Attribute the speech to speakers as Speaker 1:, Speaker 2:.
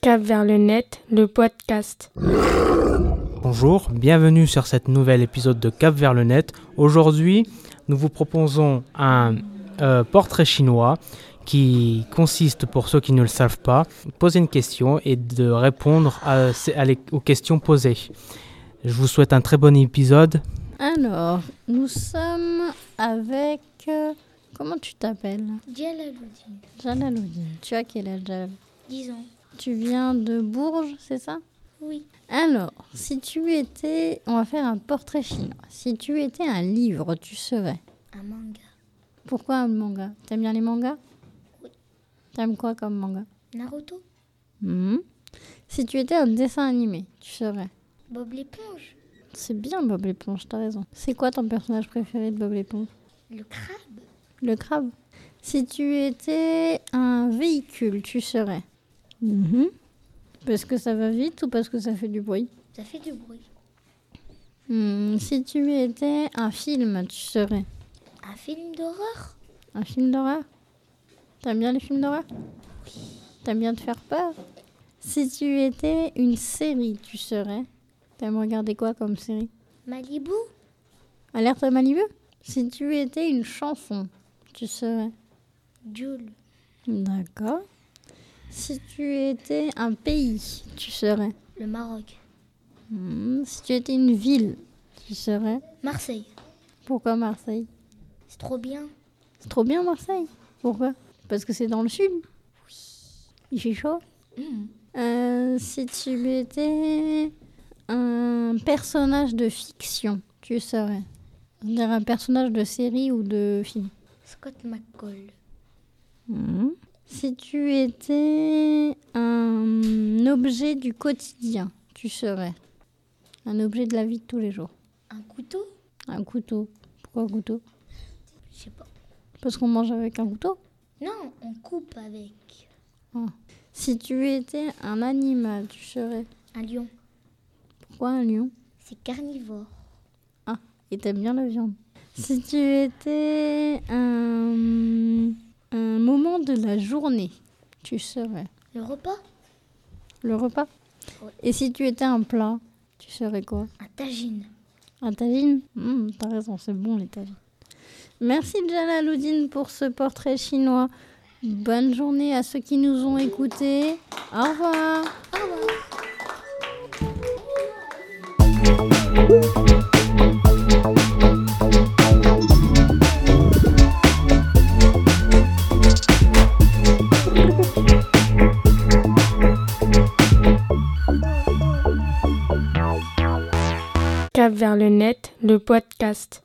Speaker 1: Cap vers le net, le podcast.
Speaker 2: Bonjour, bienvenue sur cet nouvel épisode de Cap vers le net. Aujourd'hui, nous vous proposons un euh, portrait chinois qui consiste, pour ceux qui ne le savent pas, de poser une question et de répondre à- à les- aux questions posées. Je vous souhaite un très bon épisode.
Speaker 3: Alors, nous sommes avec. euh, comment tu t'appelles
Speaker 4: Dialaloudine,
Speaker 3: Jalalouddin. Tu as quel âge Jalal
Speaker 4: 10 ans.
Speaker 3: Tu viens de Bourges, c'est ça
Speaker 4: Oui.
Speaker 3: Alors, si tu étais. On va faire un portrait chinois. Si tu étais un livre, tu serais.
Speaker 4: Un manga.
Speaker 3: Pourquoi un manga T'aimes bien les mangas T'aimes quoi comme manga
Speaker 4: Naruto.
Speaker 3: Hmm. Si tu étais un dessin animé, tu serais.
Speaker 4: Bob l'éponge.
Speaker 3: C'est bien Bob l'éponge, t'as raison. C'est quoi ton personnage préféré de Bob l'éponge
Speaker 4: Le crabe.
Speaker 3: Le crabe. Si tu étais un véhicule, tu serais. Parce que ça va vite ou parce que ça fait du bruit
Speaker 4: Ça fait du bruit.
Speaker 3: Hmm, Si tu étais un film, tu serais.
Speaker 4: Un film d'horreur.
Speaker 3: Un film d'horreur T'aimes bien les films d'horreur T'aimes bien te faire peur Si tu étais une série, tu serais. T'aimes regarder quoi comme série
Speaker 4: Malibu.
Speaker 3: Alerte à Malibu Si tu étais une chanson, tu serais.
Speaker 4: Jules.
Speaker 3: D'accord. Si tu étais un pays, tu serais.
Speaker 4: Le Maroc.
Speaker 3: Hmm, Si tu étais une ville, tu serais.
Speaker 4: Marseille.
Speaker 3: Pourquoi Marseille
Speaker 4: C'est trop bien.
Speaker 3: C'est trop bien Marseille. Pourquoi Parce que c'est dans le sud. Il fait chaud.
Speaker 4: Hmm,
Speaker 3: Euh, si tu étais un personnage de fiction, tu serais. C'est-à-dire un personnage de série ou de film.
Speaker 4: Scott McCall.
Speaker 3: Hmm. Si tu étais un objet du quotidien, tu serais. Un objet de la vie de tous les jours.
Speaker 4: Un couteau.
Speaker 3: Un couteau. Pourquoi un couteau
Speaker 4: Je sais pas.
Speaker 3: Parce qu'on mange avec un couteau.
Speaker 4: Non, on coupe avec.
Speaker 3: Si tu étais un animal, tu serais.
Speaker 4: Un lion.
Speaker 3: Pourquoi un lion
Speaker 4: C'est carnivore.
Speaker 3: Et t'aimes bien la viande. Si tu étais un, un moment de la journée, tu serais.
Speaker 4: Le repas.
Speaker 3: Le repas.
Speaker 4: Ouais.
Speaker 3: Et si tu étais un plat, tu serais quoi
Speaker 4: Un tagine.
Speaker 3: Un tagine Hum, T'as raison, c'est bon les tagines. Merci Jalaluddin pour ce portrait chinois. Bonne journée à ceux qui nous ont écoutés. Au revoir.
Speaker 1: Cap vers le net, le podcast.